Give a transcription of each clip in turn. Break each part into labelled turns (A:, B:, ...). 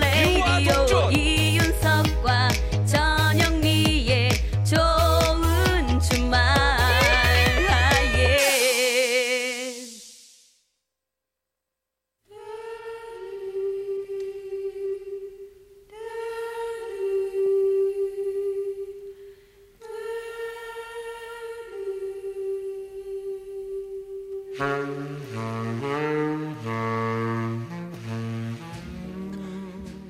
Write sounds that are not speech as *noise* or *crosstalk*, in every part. A: 레이디오
B: 동전.
A: 이윤석과 전영미의 좋은 주말 예.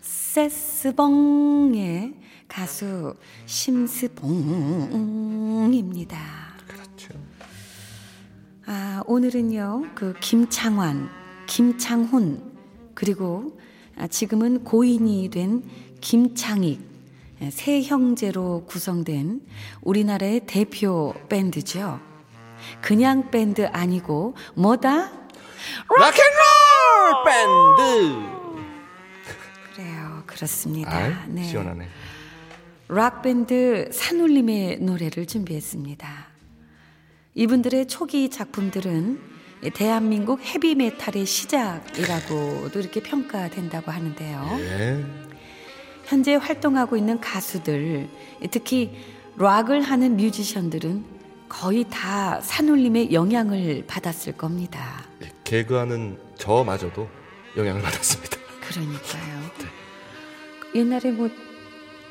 C: 세스봉의 가수 심스봉입니다.
D: 그렇죠.
C: 아, 오늘은요. 그 김창완, 김창훈 그리고 아, 지금은 고인이 된 김창익 예, 세 형제로 구성된 우리나라의 대표 밴드죠. 그냥 밴드 아니고 뭐다?
D: 락앤롤 밴드.
C: 그래요. 그렇습니다.
D: 아, 시원하네.
C: 락밴드 산울림의 노래를 준비했습니다. 이분들의 초기 작품들은 대한민국 헤비메탈의 시작이라고도 이렇게 평가된다고 하는데요.
D: 예.
C: 현재 활동하고 있는 가수들, 특히 락을 하는 뮤지션들은 거의 다 산울림의 영향을 받았을 겁니다.
D: 예, 개그하는 저마저도 영향을 받았습니다.
C: 그러니까요. 옛날에 뭐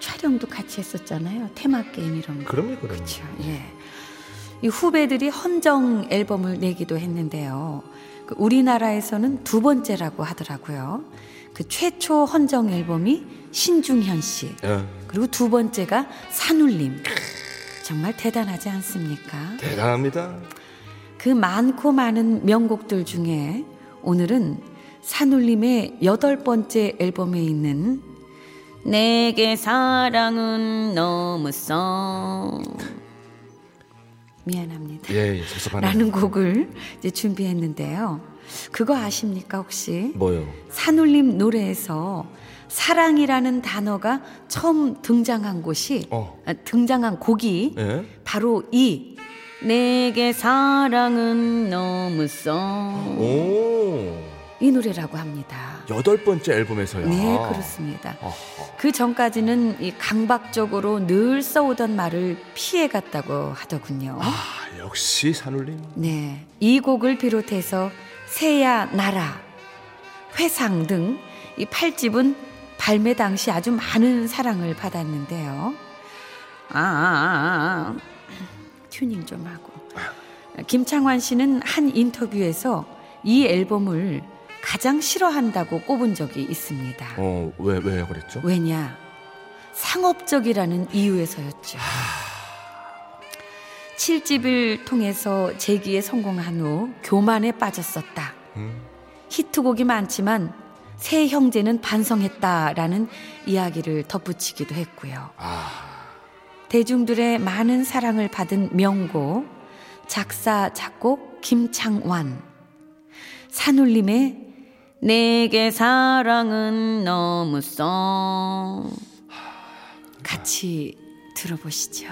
C: 촬영도 같이 했었잖아요. 테마 게임 이런 거.
D: 그럼요, 그럼요.
C: 그렇죠. 예. 이 후배들이 헌정 앨범을 내기도 했는데요. 그 우리나라에서는 두 번째라고 하더라고요. 그 최초 헌정 앨범이 신중현 씨,
D: 예,
C: 그리고 두 번째가 산울림. 정말 대단하지 않습니까?
D: 대단합니다.
C: 그 많고 많은 명곡들 중에 오늘은 산울림의 여덟 번째 앨범에 있는 내게 사랑은 너무 써 미안합니다.
D: 예, 예 섭섭하네.
C: 라는 곡을 이제 준비했는데요. 그거 아십니까 혹시?
D: 뭐요?
C: 산울림 노래에서 사랑이라는 단어가 처음 등장한 곳이
D: 어.
C: 아, 등장한 곡이
D: 예.
C: 바로 이 내게 사랑은 너무 써.
D: 오.
C: 이 노래라고 합니다.
D: 여덟 번째 앨범에서요.
C: 네, 그렇습니다.
D: 어허.
C: 그 전까지는 이 강박적으로 늘 써오던 말을 피해갔다고 하더군요.
D: 아, 역시 산울림.
C: 네, 이 곡을 비롯해서 새야 나라, 회상 등 이 팔집은 발매 당시 아주 많은 사랑을 받았는데요. 아, 아, 아, 아. 튜닝 좀 하고. 김창완 씨는 한 인터뷰에서 이 앨범을 가장 싫어한다고 꼽은 적이 있습니다.
D: 어, 왜, 왜 그랬죠?
C: 왜냐? 상업적이라는 이유에서였죠. 7집을 통해서 재기에 성공한 후 교만에 빠졌었다.
D: 음.
C: 히트곡이 많지만 세 형제는 반성했다라는 이야기를 덧붙이기도 했고요.
D: 아,
C: 대중들의 많은 사랑을 받은 명곡 작사 작곡 김창완 산울림의 내게 사랑은 너무 써 같이 들어보시죠.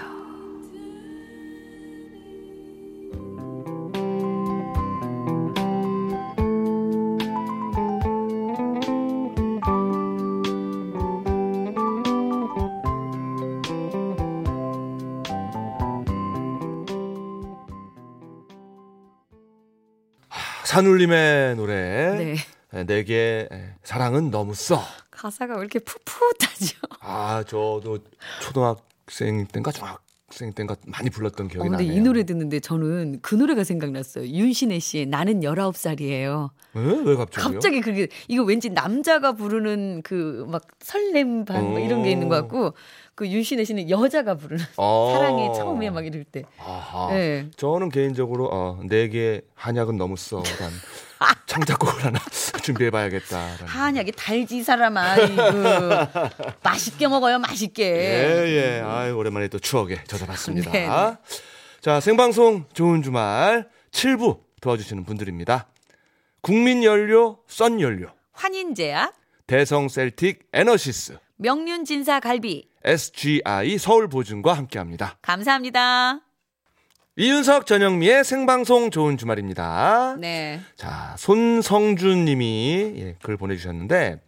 D: 산울림의 노래.
C: 네
D: 네. 내게 사랑은 너무 써.
C: 가사가 왜 이렇게 풋풋하죠?
D: 아, 저도 초등학생 때인가 중학
E: 학생 때인가 많이 불렀던
C: 어,
E: 기억이
C: 근데
E: 나네요.
C: 이 노래 듣는데 저는 그 노래가 생각났어요. 윤신혜 씨의 나는 19살이에요.
E: 에? 왜 갑자기요?
C: 갑자기 그게 이거 왠지 남자가 부르는 그 막 설렘 반뭐 이런 게 있는
E: 어.
C: 것 같고 그 윤신혜 씨는 여자가 부르는
E: 아.
C: 사랑의 처음에 막 이럴 때.
E: 아하.
C: 예.
E: 저는 개인적으로 어, 내게 한약은
C: *laughs*
E: 너무 써란 창작곡을 하나 *laughs* 준비해봐야겠다라는.
C: 한약이 달지 사람아.
E: *laughs*
C: 이거. 맛있게 먹어요, 맛있게.
E: 예, 예. 아유, 오랜만에 또 추억에 젖어봤습니다.
C: 네, 네.
E: 자, 생방송 좋은 주말 7부 도와주시는 분들입니다. 국민연료, 썬연료,
C: 환인제약,
E: 대성셀틱 에너시스,
C: 명륜진사갈비.
E: SGI 서울보증과 함께합니다.
C: 감사합니다.
E: 이윤석, 전영미의 생방송 좋은 주말입니다.
C: 네.
E: 자, 손성준 님이 예, 글 보내주셨는데,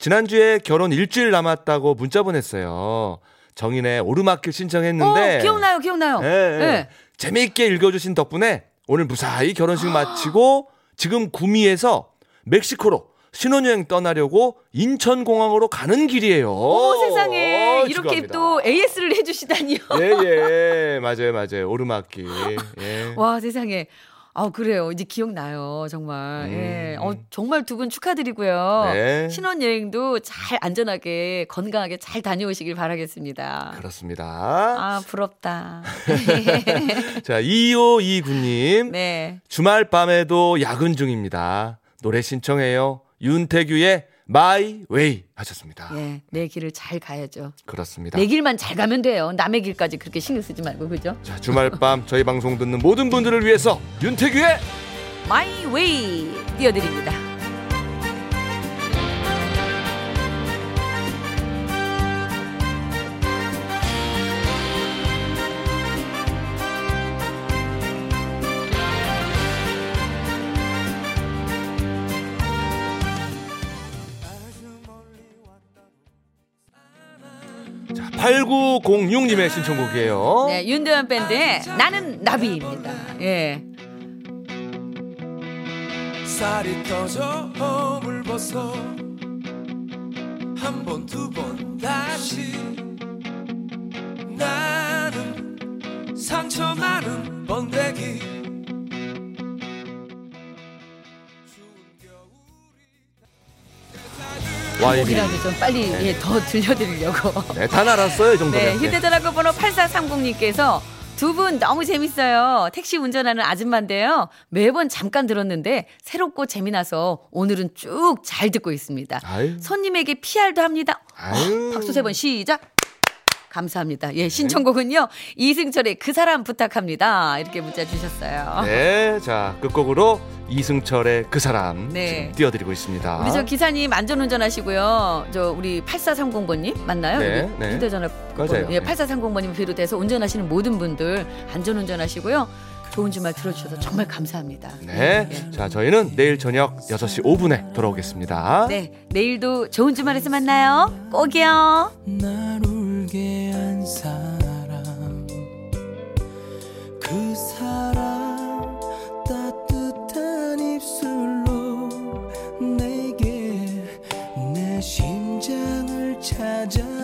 E: 지난주에 결혼 일주일 남았다고 문자 보냈어요. 정인의 오르막길 신청했는데,
C: 어, 기억나요, 네. 기억나요.
E: 예, 예. 재미있게 읽어주신 덕분에 오늘 무사히
C: 아.
E: 결혼식 마치고 지금 구미에서 멕시코로 신혼여행 떠나려고 인천공항으로 가는 길이에요.
C: 어머 세상에
E: 어,
C: 이렇게
E: 축하합니다.
C: 또 AS를 해주시다니요.
E: 예, 예. 맞아요, 맞아요. 오르막길. 예.
C: 와 세상에. 아 그래요. 이제 기억나요. 정말. 예.
E: 음.
C: 어 정말 두 분 축하드리고요.
E: 네.
C: 신혼여행도 잘 안전하게 건강하게 잘 다녀오시길 바라겠습니다.
E: 그렇습니다.
C: 아
E: *laughs*
C: 부럽다.
E: 자, 2529님.
C: 네.
E: 주말 밤에도 야근 중입니다. 노래 신청해요. 윤태규의 마이 웨이 하셨습니다.
C: 예. 내 길을 잘 가야죠.
E: 그렇습니다.
C: 내네 길만 잘 가면 돼요. 남의 길까지 그렇게 신경 쓰지 말고 그죠?
E: 자, 주말 밤 저희 방송 듣는 모든 분들을 위해서 윤태규의
C: 마이 웨이 띄워드립니다.
E: 자, 8906님의 신청곡이에요.
C: 네, 윤대현 밴드의 나는 나비입니다. 예.
B: 쌀이 떠져 허물 벗어 한 번 두 번 다시 나는 상처 많은 번데기 추운 겨울이
E: 와이비.
C: 이라도 좀 빨리 예, 더 들려드리려고.
E: 네, 다 알았어요, 이 정도면.
C: *laughs* 네,
E: 네.
C: 휴대전화가 번호 8430님께서 두 분 너무 재밌어요. 택시 운전하는 아줌마인데요. 매번 잠깐 들었는데 새롭고 재미나서 오늘은 쭉 잘 듣고 있습니다.
E: 아유.
C: 손님에게 PR도 합니다.
E: 아유.
C: 어, 박수 세 번 시작. 감사합니다.
E: 네.
C: 예, 신청곡은요. 이승철의 그 사람 부탁합니다. 이렇게 문자 주셨어요.
E: 네, 자, 끝곡으로 이승철의 그 사람
C: 네.
E: 지금 띄워드리고 있습니다.
C: 우리 저 기사님 안전운전 하시고요. 저 우리 8430번님 맞나요?
E: 네,
C: 여기
E: 네.
C: 휴대전화
E: 맞아요.
C: 번호. 예,
E: 네.
C: 8430번님 비롯해서 운전하시는 모든 분들 안전운전 하시고요. 좋은 주말 들어주셔서 정말 감사합니다.
E: 네,
C: 예.
E: 자, 저희는 내일 저녁 6시 5분에 돌아오겠습니다.
C: 네, 내일도 좋은 주말에서 만나요. 꼭이요.
B: 날 울게 한 사람 그 사람 따뜻한 입술로 내게 내 심장을 찾아